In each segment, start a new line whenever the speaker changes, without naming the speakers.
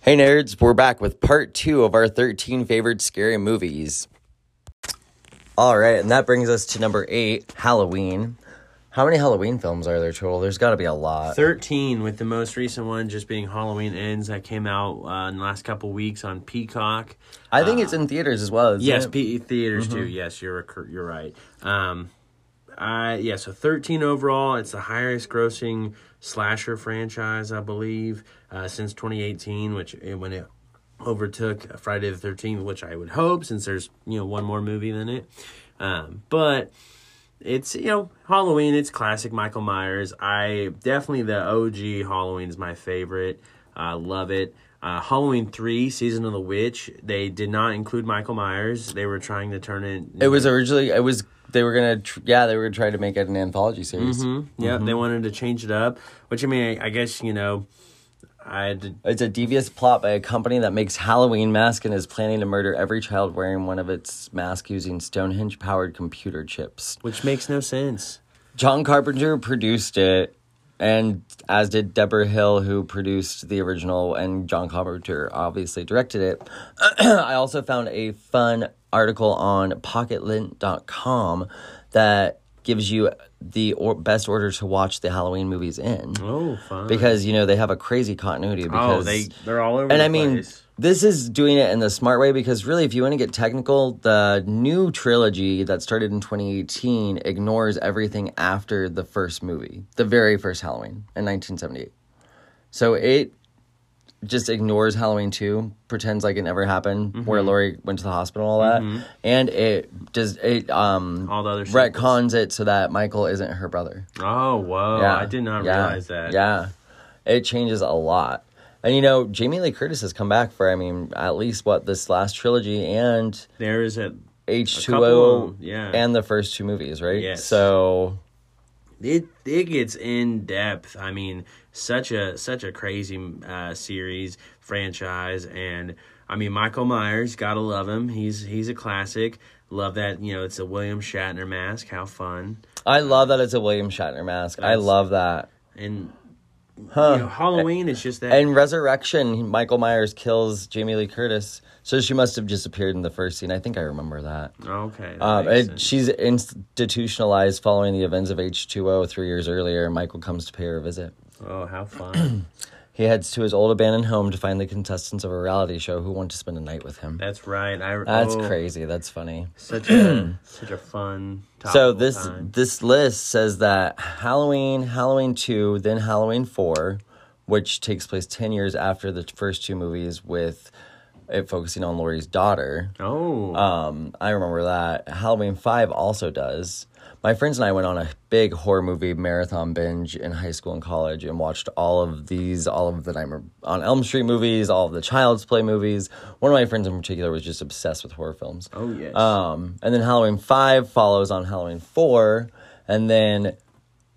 Hey nerds, we're back with part two of our 13 favorite scary movies. All right, and that brings us to number eight Halloween. How many Halloween films are there total? There's got to be a lot.
13 with the most recent one just being halloween ends that came out uh, in the last couple weeks on peacock
I think it's in theaters as well. isn't
yes
it?
pe theaters too yes you're recur- you're right um I yeah so 13 overall it's the highest grossing slasher franchise i believe uh, since 2018 which eh, when it overtook friday the 13th which i would hope since there's you know one more movie than it um but it's you know Halloween. It's classic Michael Myers. I definitely the OG Halloween is my favorite. I love it. Uh, Halloween three, season of the witch. They did not include Michael Myers. They were trying to turn it.
It was originally, it was, they were going to, tr- yeah, they were trying to make it an anthology series.
yeah.
mm-hmm.
They wanted to change it up, which I mean, I, I guess you know, I did,
It's a devious plot by a company that makes Halloween masks and is planning to murder every child wearing one of its masks using Stonehenge powered computer chips.
which makes no sense.
John Carpenter produced it, and as did Deborah Hill, who produced the original, and John Carpenter obviously directed it. I also found a fun article on pocketlint.com that gives you the or- best order to watch the Halloween movies in.
Oh, fun.
Because, you know, they have a crazy continuity. Because
oh, they they're all over.
and
the
I mean,
place.
this is doing it in the smart way because really, if you want to get technical, the new trilogy that started in 2018 ignores everything after the first movie, the very first Halloween in 1978. So it just ignores Halloween 2, pretends like it never happened, where
Mm-hmm.
Laurie went to the hospital, all that, and it does it um
all the other sequels.
retcons it so that Michael isn't her brother.
Oh, whoa! I did not
Yeah.
realize that.
Yeah. It changes a lot. And you know, Jamie Lee Curtis has come back for I mean, at least what this last trilogy and
There is a couple
H2O
of- yeah.
and the first two movies, right?
Yes.
So
it it gets in depth. I mean, such a such a crazy uh, series franchise, and I mean Michael Myers, gotta love him. He's he's a classic. Love that you know it's a William Shatner mask. How fun!
I love that it's a William Shatner mask. I
That's-
love that.
And
Huh.
you know, Halloween is just that.
and Resurrection, Michael Myers kills Jamie Lee Curtis. So she must have just appeared in the first scene. I think I remember that.
okay, that
Um,
makes
and
sense.
she's institutionalized following the events of H2O three years earlier. and Michael comes to pay her a visit.
oh how fun!
He heads to his old abandoned home to find the contestants of a reality show who want to spend a night with him.
That's right. I
That's
oh,
crazy. That's funny.
Such a such a fun.
So
topical
this
time.
this list says that Halloween, Halloween 2, then Halloween 4, which takes place 10 years after the first two movies with it focusing on Laurie's daughter.
Oh,
Um, I remember that. Halloween 5 also does. My friends and I went on a big horror movie marathon binge in high school and college and watched all of these, all of the Nightmare on Elm Street movies, all of the Child's Play movies. One of my friends in particular was just obsessed with horror films.
oh yes.
Um, and then Halloween 5 follows on Halloween 4. And then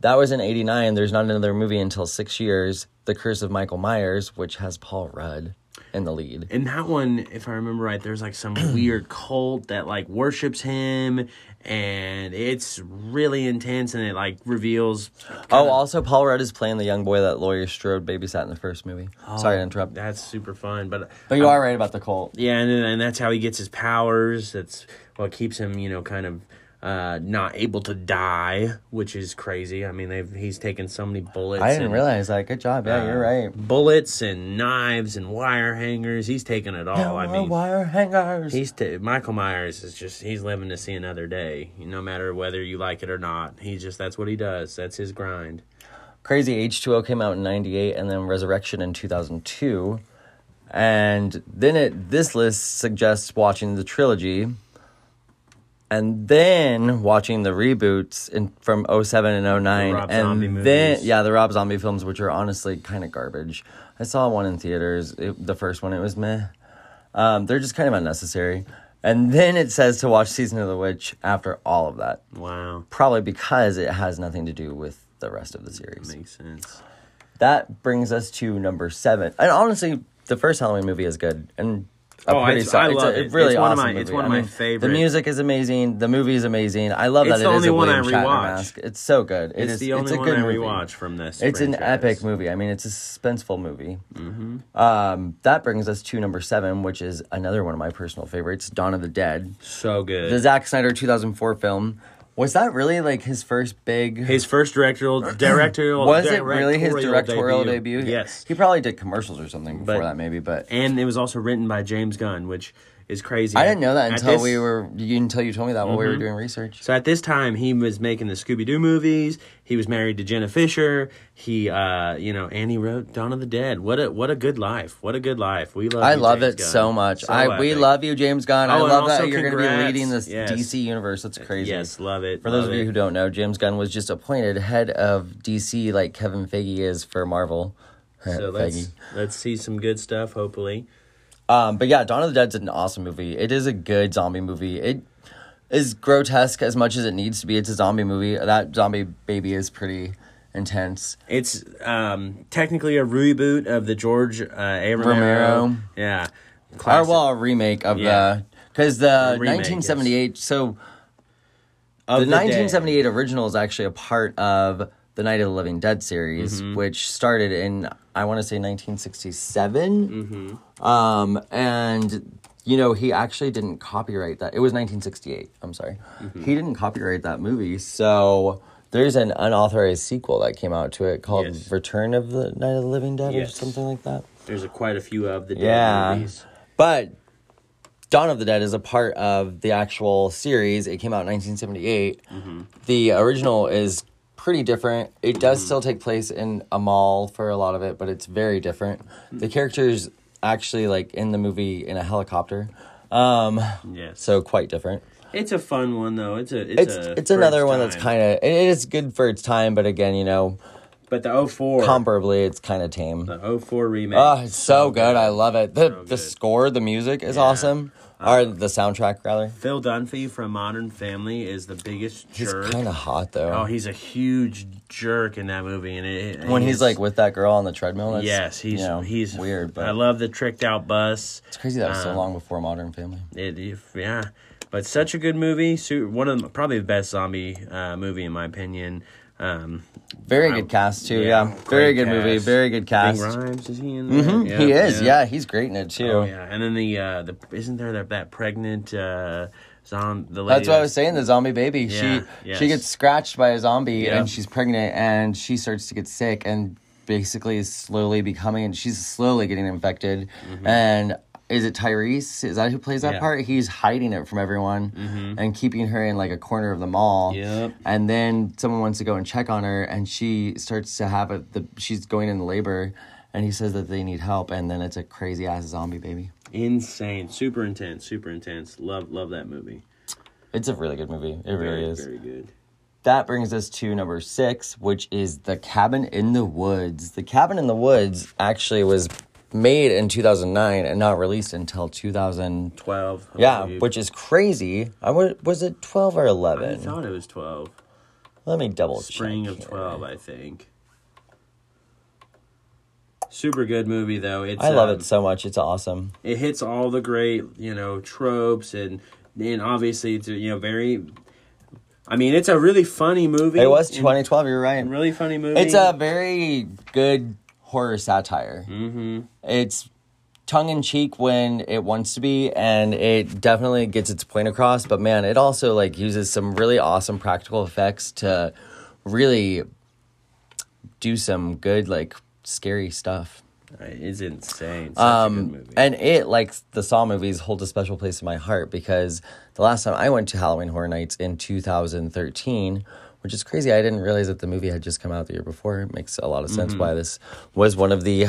that was in 89. There's not another movie until six years The Curse of Michael Myers, which has Paul Rudd in the lead.
in that one, if I remember right, there's like some weird cult that like worships him, and it's really intense, and it like reveals. uh,
Oh, also Paul Rudd is playing the young boy that Lawyer Strode babysat in the first movie. Sorry to interrupt. Um,
That's super fun, but
Oh. But you are right about the cult.
yeah, and and that's how he gets his powers. That's what keeps him, you know, kind of uh not able to die, which is crazy. I mean, they've he's taken so many bullets.
I didn't
and-
realize that. Good job. Yeah, you're right.
Bullets and knives and wire hangers. He's taken it all. I
More
mean,
wire hangers.
He's t- Michael Myers is just he's living to see another day. No matter whether you like it or not, he just that's what he does. That's his grind.
Crazy H2O came out in 98 and then Resurrection in 2002. And then it this list suggests watching the trilogy and then watching the reboots in from 07 and 09
Rob
and
Zombie
then
movies.
yeah, the Rob Zombie films which are honestly kind of garbage. I saw one in theaters, it, the first one it was meh. Um, they're just kind of unnecessary. And then it says to watch Season of the Witch after all of that.
Wow,
Probably because it has nothing to do with the rest of the series.
makes sense.
That brings us to number seven. And honestly, the first Halloween movie is good. And a
Oh,
pretty
it's-
solid.
I
it's,
love
a,
it.
really
It's
awesome
one of my-
movie.
it's one of
I
my
mean,
favorite-
The music is amazing. The movie is amazing. I love
It's
that
the
it is
only
a
one I
William Shatner
rewatch.
mask. It's so good. It
It's
is-
the only
it's a
one
good
I
movie.
rewatch from this.
It's an
franchise.
epic movie. I mean, it's a suspenseful movie. Mm-hmm. Um, that brings us to number seven, which is another one of my personal favorites, Dawn of the Dead,
So good.
the Zack Snyder 2004 film. Was that really like his first big?
his first directorial directorial
was it really his directorial
directorial
debut?
Yes,
he probably did commercials or something before
But-
that, maybe. But
and it was also written by James Gunn, which is crazy.
I didn't know that
At
until
this- Mm-hmm.
we were you, until you told me that while we were doing research.
So at this time, he was making the Scooby Doo movies. He was married to Jenna Fisher. He, uh, you know, and he wrote Dawn of the Dead. What a what a good life. What a good life. We love.
I
you,
love
James
it
Gunn.
so much. I we
epic.
love you, James Gunn. I
Oh, and
love that
also
you're going to be
congrats.
leading this
Yes.
DC universe. That's crazy.
Yes, love it.
For those of you who don't know, James Gunn was just appointed head of DC, like Kevin Feige is for Marvel.
so
Feige.
let's let's see some good stuff. Hopefully,
Um, but yeah, Dawn of the Dead's an awesome movie. It is a good zombie movie. It is grotesque as much as it needs to be. It's a zombie movie. That zombie baby is pretty intense.
It's um, technically a reboot of the George uh, A. Romero.
Romero.
Yeah.
Or
Classic.
well, a remake of
Yeah.
the because the
remake, yes.
1978. So
Of
the,
the
1978 original is actually a part of the Night of the Living Dead series,
Mm-hmm.
which started in I want to say 1967.
Mm-hmm.
Um, and you know he actually didn't copyright that. It was 1968. I'm sorry,
Mm-hmm.
he didn't copyright that movie. So there's an unauthorized sequel that came out to it called
Yes.
Return of the Night of the Living Dead or
Yes.
something like that.
There's a, quite a few of the dead
Yeah.
movies.
But Dawn of the Dead is a part of the actual series. It came out in 1978. The original is pretty different. It does still take place in a mall for a lot of it, but it's very different. The characters actually like in the movie in a helicopter. Um
Yes.
so quite different.
It's a fun one though. It's a it's,
It's
a
it's
for
another
its
one that's
time.
kind of it is good for its time, but again, you know,
But the 04
comparably it's kind of tame.
the 04 remake.
Oh, it's so, good. I love it. The the
good.
score, the music is
Yeah.
awesome. or the soundtrack rather.
Phil Dunphy from Modern Family is the biggest
He's
jerk.
kind of hot though.
oh, he's a huge jerk in that movie and it,
when he's
it's-
like with that girl on the treadmill. That's,
Oh, Yes, he's
you know,
he's
weird, but
I love the tricked out bus.
it's crazy that was so
um,
long before Modern Family.
It, if- yeah, but such a good movie. Su- One of the, probably the best zombie uh, movie in my opinion. Um,
Very
I-
good cast too. Yeah, very
great
good movie.
cast.
Very good cast.
Ving Rhames is he in? There?
Mhm, he is. Yeah. he's great in it too.
Oh yeah, and then the uh, the isn't there that, that pregnant uh, zom the lady
That's what I was saying. The zombie baby.
Yeah,
she
yes.
she gets scratched by a zombie
Yeah.
and she's pregnant and she starts to get sick and basically is slowly becoming. She's slowly getting infected and. Is it Tyrese? Is that who plays that
Mm-hmm. Yeah. Mm-hmm.
part? He's hiding it from everyone and keeping her in like a corner of the mall.
Yep.
And then someone wants to go and check on her, and she starts to have a. The, she's going into labor, and he says that they need help, and then it's a crazy ass zombie baby.
insane, super intense, super intense. Love love that movie.
It's a really good movie. It
Very
really is.
very good.
That brings us to number six, which is The Cabin in the Woods. The Cabin in the Woods actually was made in 2009 and not released until 2000.
Twelve. I
Yeah,
believe.
which is crazy. I was, was it 12 or
I
11?
thought it was twelve.
Let me double check.
Spring of
here.
twelve, I think. Super good movie though. It's
I love
um,
it so much. It's awesome.
it hits all the great you know tropes and and obviously it's you know very i mean it's a really funny movie
It was
And-
2012. You're right.
and really funny movie
It's uh, a very good horror satire. Mm-hmm. It's tongue in cheek when it wants to be, and it definitely gets its point across. But man, it also like uses some really awesome practical effects to really do some good like scary stuff.
Uh, it's insane Such a good
Um,
movie.
and it, like the Saw movies, hold a special place in my heart because the last time I went to Halloween Horror Nights in 2013, which is crazy, I didn't realize that the movie had just come out the year before. It makes a lot of sense why this was one of the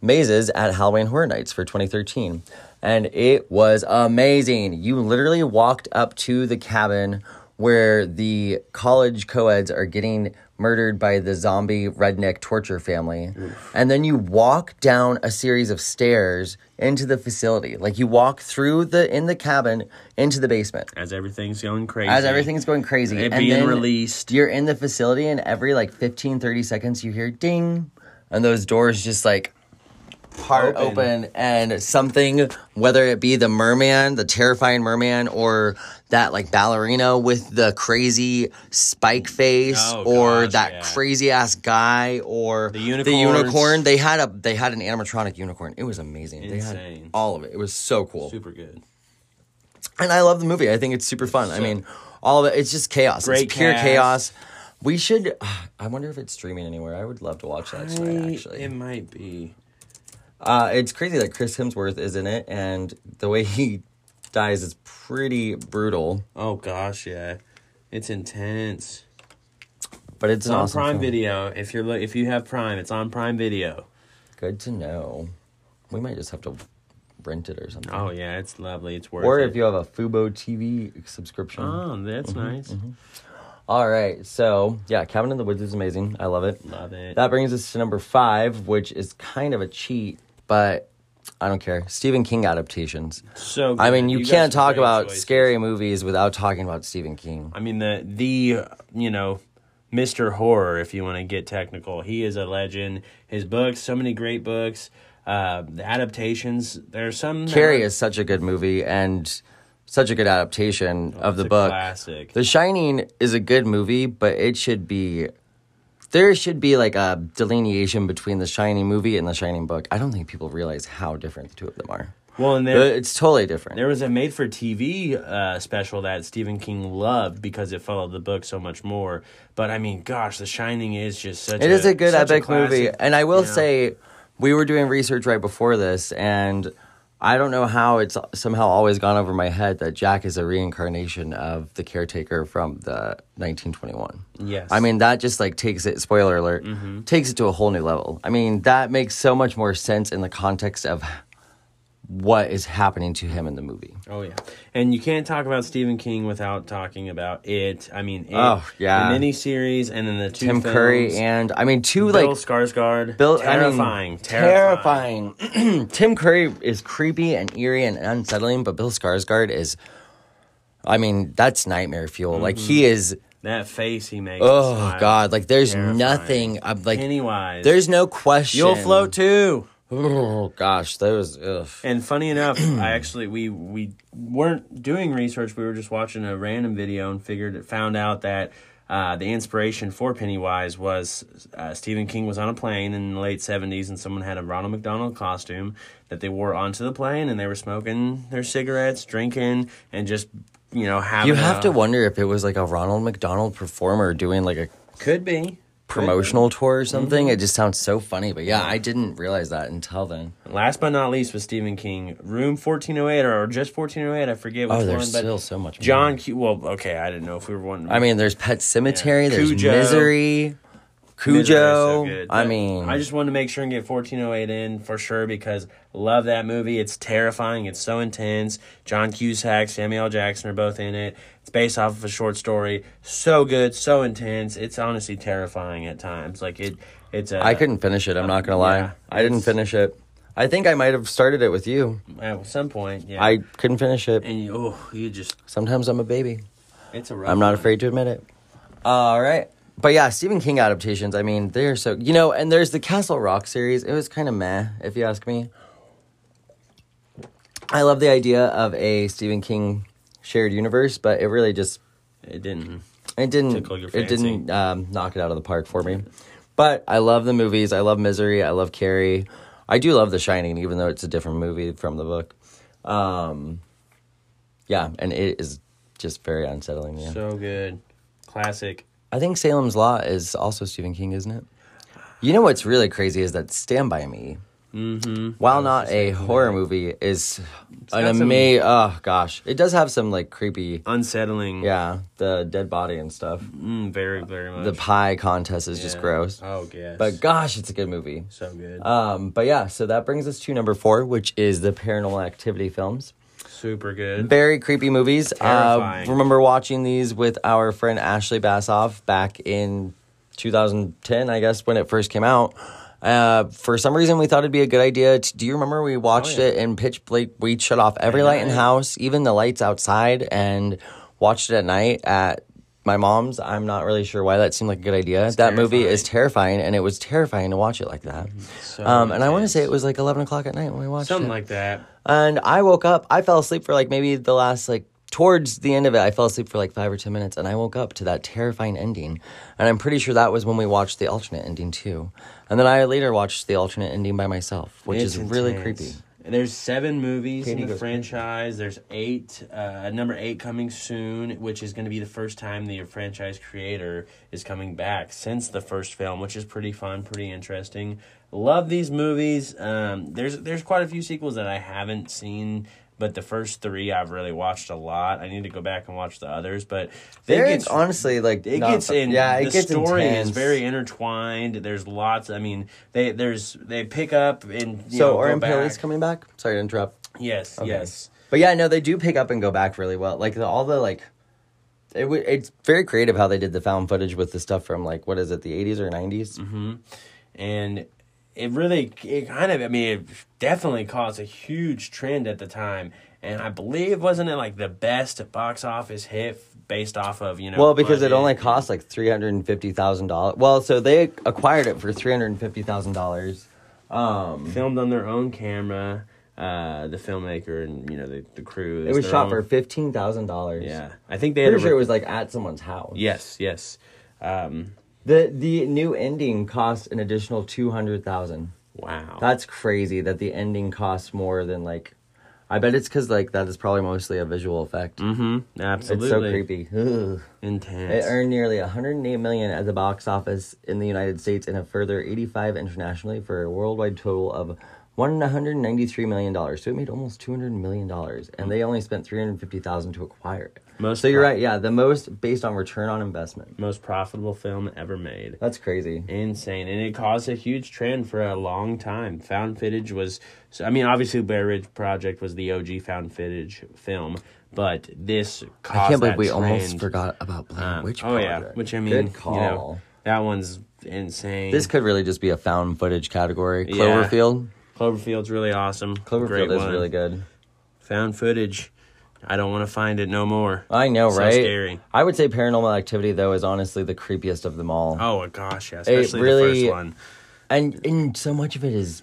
mazes at Halloween Horror Nights for 2013. And it was amazing. You literally walked up to the cabin where the college co-eds are getting murdered by the zombie redneck torture family and then you walk down a series of stairs into the facility like you walk through the in the cabin into the basement
as everything's going crazy
as everything's going crazy
It
and
being
then
released.
you're in the facility and every like 15 30 seconds you hear ding and those doors just like part
Open.
open. and something, whether it be the merman, the terrifying merman, or that like ballerina with the crazy spike face,
Oh,
or
gosh,
that
yeah.
crazy ass guy, or the,
unicorns.
unicorn. They had a they had an animatronic unicorn. It was amazing. They
Insane.
had all of it. It was so cool.
Super good.
And I love the movie. I think it's super fun. I mean, all of it. It's just chaos.
Great
it's pure
cast.
chaos. We should. I wonder if it's streaming anywhere. I would love to watch that tonight. Actually,
It might be.
uh, it's crazy that Chris Hemsworth is in it, and the way he dies is pretty brutal.
Oh gosh, yeah. It's intense.
But it's
It's
an
on
awesome
Prime
film.
Video. If you're lo- if you have Prime, it's on Prime Video.
Good to know. We might just have to rent it or something.
Oh yeah, it's lovely. It's worth
or
it.
if you have a Fubo TV subscription.
Oh, that's
Mm-hmm,
nice.
All right, so yeah, Cabin in the Woods is amazing. I love it.
Love it.
That brings us to number five, which is kind of a cheat, but I don't care. Stephen King adaptations.
so
I mean,
good.
you,
got
can't
some
talk
great
about
choices.
scary movies without talking about Stephen King.
I mean the the you know Mr. Horror, if you want to get technical, he is a legend. His books, so many great books. Uh, the adaptations. There are some that
Carrie
are-
is such a good movie and such a good adaptation of the
Oh, it's a
book.
classic.
The Shining is a good movie, but it should be there should be like a delineation between the Shining movie and the Shining book. I don't think people realize how different the two of them are.
Well, and there,
But it's totally different.
There was a made for TV uh, special that Stephen King loved because it followed the book so much more. But I mean, gosh, The Shining is just such
It
a
is a good
such
epic
classic,
movie, and I will
you know.
say, we were doing research right before this, and I don't know how it's somehow always gone over my head that Jack is a reincarnation of the caretaker from the 1921.
Yes. Mm-hmm.
I mean that just like takes it. Spoiler alert, takes it to a whole new level. I mean that makes so much more sense in the context of what is happening to him in the movie.
Oh yeah, and you can't talk about Stephen King without talking about it. I mean, it,
Oh, yeah.
the miniseries and then the two
Tim
films,
Curry and I mean two
Bill
like
Skarsgård,
Bill,
terrifying,
I mean,
terrifying,
terrifying. Tim Curry is creepy and eerie and unsettling, but Bill Skarsgård is. I mean, that's nightmare fuel. Like he is.
That face he makes.
Oh
is like,
God! Like there's
Terrifying.
nothing. I'm like
Pennywise.
there's no question.
you'll float too.
Oh gosh, those. Ugh.
And funny enough, I actually we we weren't doing research. We were just watching a random video and figured found out that uh, the inspiration for Pennywise was uh, Stephen King was on a plane in the late seventies, and someone had a Ronald McDonald costume that they wore onto the plane, and they were smoking their cigarettes, drinking, and just you know having.
You have
a-
to wonder if it was like a Ronald McDonald performer doing like a
could be
promotional tour or something. It Mm-hmm. just sounds so funny. But yeah, I didn't realize that until then.
Last but not least was Stephen King, Room fourteen oh eight or just fourteen oh eight. I forget which
Oh,
one.
there's
but
still so much. more.
John Q. Well, okay, I didn't know if we were one.
I mean, there's Pet Cemetery, there's
Cujo.
Misery, Cujo.
Misery is so good.
I
But
mean,
I just wanted to make sure and get 1408 in for sure because love that movie. It's terrifying. It's so intense. John Cusack, Samuel L. Jackson are both in it. It's based off of a short story. So good, so intense. It's honestly terrifying at times. Like it, it's uh, a.
I couldn't finish it. I'm not gonna lie.
yeah,
I didn't
it's-
finish it. I think I might have started it with you.
at some point. Yeah.
I couldn't finish it.
and you, oh, you just
Sometimes I'm a baby.
it's a. Rough
I'm not
one.
afraid to admit it. All right. But yeah, Stephen King adaptations. I mean, they're so you know. And there's the Castle Rock series. It was kind of meh, if you ask me. I love the idea of a Stephen King shared universe, but it really just
It didn't.
It didn't.
Tickle your
It
fancy.
didn't um, knock it out of the park for me. But I love the movies. I love Misery. I love Carrie. I do love The Shining, even though it's a different movie from the book. Um, yeah, and it is just very unsettling. Yeah,
So good, classic.
I think Salem's Lot is also Stephen King, isn't it? You know what's really crazy is that Stand by Me, mm-hmm. while not a horror movie, is an
got some-
amazing. Oh gosh, it does have some like creepy.
Unsettling.
Yeah, the dead body and stuff.
Mm, very, very much.
The pie contest is just
Yeah.
gross.
Oh, yes.
But gosh, it's a good movie.
so good.
Um, but yeah, so that brings us to number four, which is the Paranormal Activity films.
Super good.
Very creepy movies. Uh,
Terrifying.
remember watching these with our friend Ashley Bassoff back in 2010, I guess, when it first came out. Uh, for some reason, we thought it'd be a good idea. To, do you remember we watched
Oh, yeah.
it in pitch black? We shut off every light in the
night.
house, even the lights outside, and watched it at night at my mom's. I'm not really sure why that seemed like a good idea. that movie is terrifying, and it was terrifying to watch it like that.
So
um, and I want to
intense.
say it was like 11 o'clock at night when we watched
something
it.
like that.
and I woke up. I fell asleep for like maybe the last like towards the end of it. I fell asleep for like five or ten minutes, and I woke up to that terrifying ending. And I'm pretty sure that was when we watched the alternate ending too. And then I later watched the alternate ending by myself, which
It's
is really
intense.
creepy.
And there's seven movies
Katie
in the
goes crazy.
franchise. There's eight. Uh, number eight coming soon, which is going to be the first time the franchise creator is coming back since the first film, which is pretty fun, pretty interesting. Love these movies. Um, there's there's quite a few sequels that I haven't seen. But the first three I've really watched a lot. I need to go back and watch the others, but they
There,
get
it's honestly like
it
not-
gets in
Yeah, it
the
gets
story
intense.
is very intertwined there's lots i mean they there's they pick up and you
So
know,
are
go
Imperials
back.
coming back? Sorry to interrupt.
yes yes
But yeah, no, they do pick up and go back really well. Like the, all the like, it w- it's very creative how they did the found footage with the stuff from like what is it the eighties or 90s
Mm-hmm. and it really it kind of i mean it definitely caused a huge trend at the time and i believe wasn't it like the best box office hit based off of you know
Well, because it
budget?
only cost like three hundred and fifty thousand dollars. Well, so they acquired it for three hundred and fifty thousand dollars. Um,
filmed on their own camera uh the filmmaker and you know the, the crew
it was
their
shot
own-
for fifteen thousand dollars.
yeah i think they had a
pretty sure it
re-
was like at someone's house.
yes yes um
The the new ending cost an additional two hundred thousand.
wow
That's crazy that the ending costs more than like. I bet it's because like that is probably mostly a visual effect.
Mm-hmm. Absolutely.
It's so creepy. Ugh. It
Intense.
earned nearly 108 million at the box office in the United States and a further 85 internationally for a worldwide total of 193 million dollars. So it made almost 200 million dollars, and they only spent 350,000 to acquire it.
Most
so you're
pro-
right. Yeah, the most based on return on investment.
Most profitable film ever made.
That's crazy.
Insane. And it caused a huge trend for a long time. Found footage was, so, I mean, obviously, Bear Ridge Project was the OG found footage film, but this caused
I can't believe
that
we almost
trend.
forgot about Blair
Um,
Witch
oh, yeah.
Project.
Which, I mean,
good call.
You know, that one's insane.
this could really just be a found footage category.
Yeah.
Cloverfield.
Cloverfield's really awesome.
Cloverfield
Great
is
one.
really good.
Found footage. I don't want to find it no more.
I know,
So
right?
scary.
I would say Paranormal Activity though is honestly the creepiest of them all,
Oh, gosh. Yeah, especially the
really-
first one.
and and so much of it is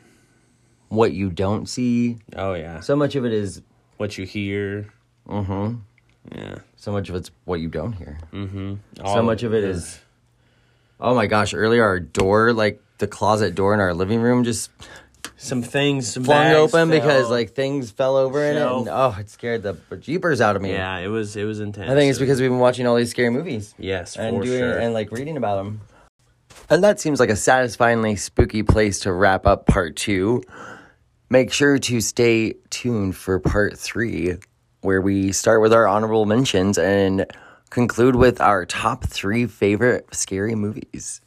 what you don't see.
Oh, yeah.
So much of it is,
what you hear.
mhm.
Yeah.
So much of it's what you don't hear.
All
so much of it
the-
is. Oh my gosh! Earlier, our door, like the closet door in our living room, just
some things some
flung
bags
open because
fell.
like things fell over in it, and oh, it scared the jeepers out of me.
yeah, it was it was intense.
I think it's because we've been watching all these scary movies.
yes,
and
for
doing
sure.
and like reading about them. And that seems like a satisfyingly spooky place to wrap up part two. Make sure to stay tuned for part three, where we start with our honorable mentions and conclude with our top three favorite scary movies.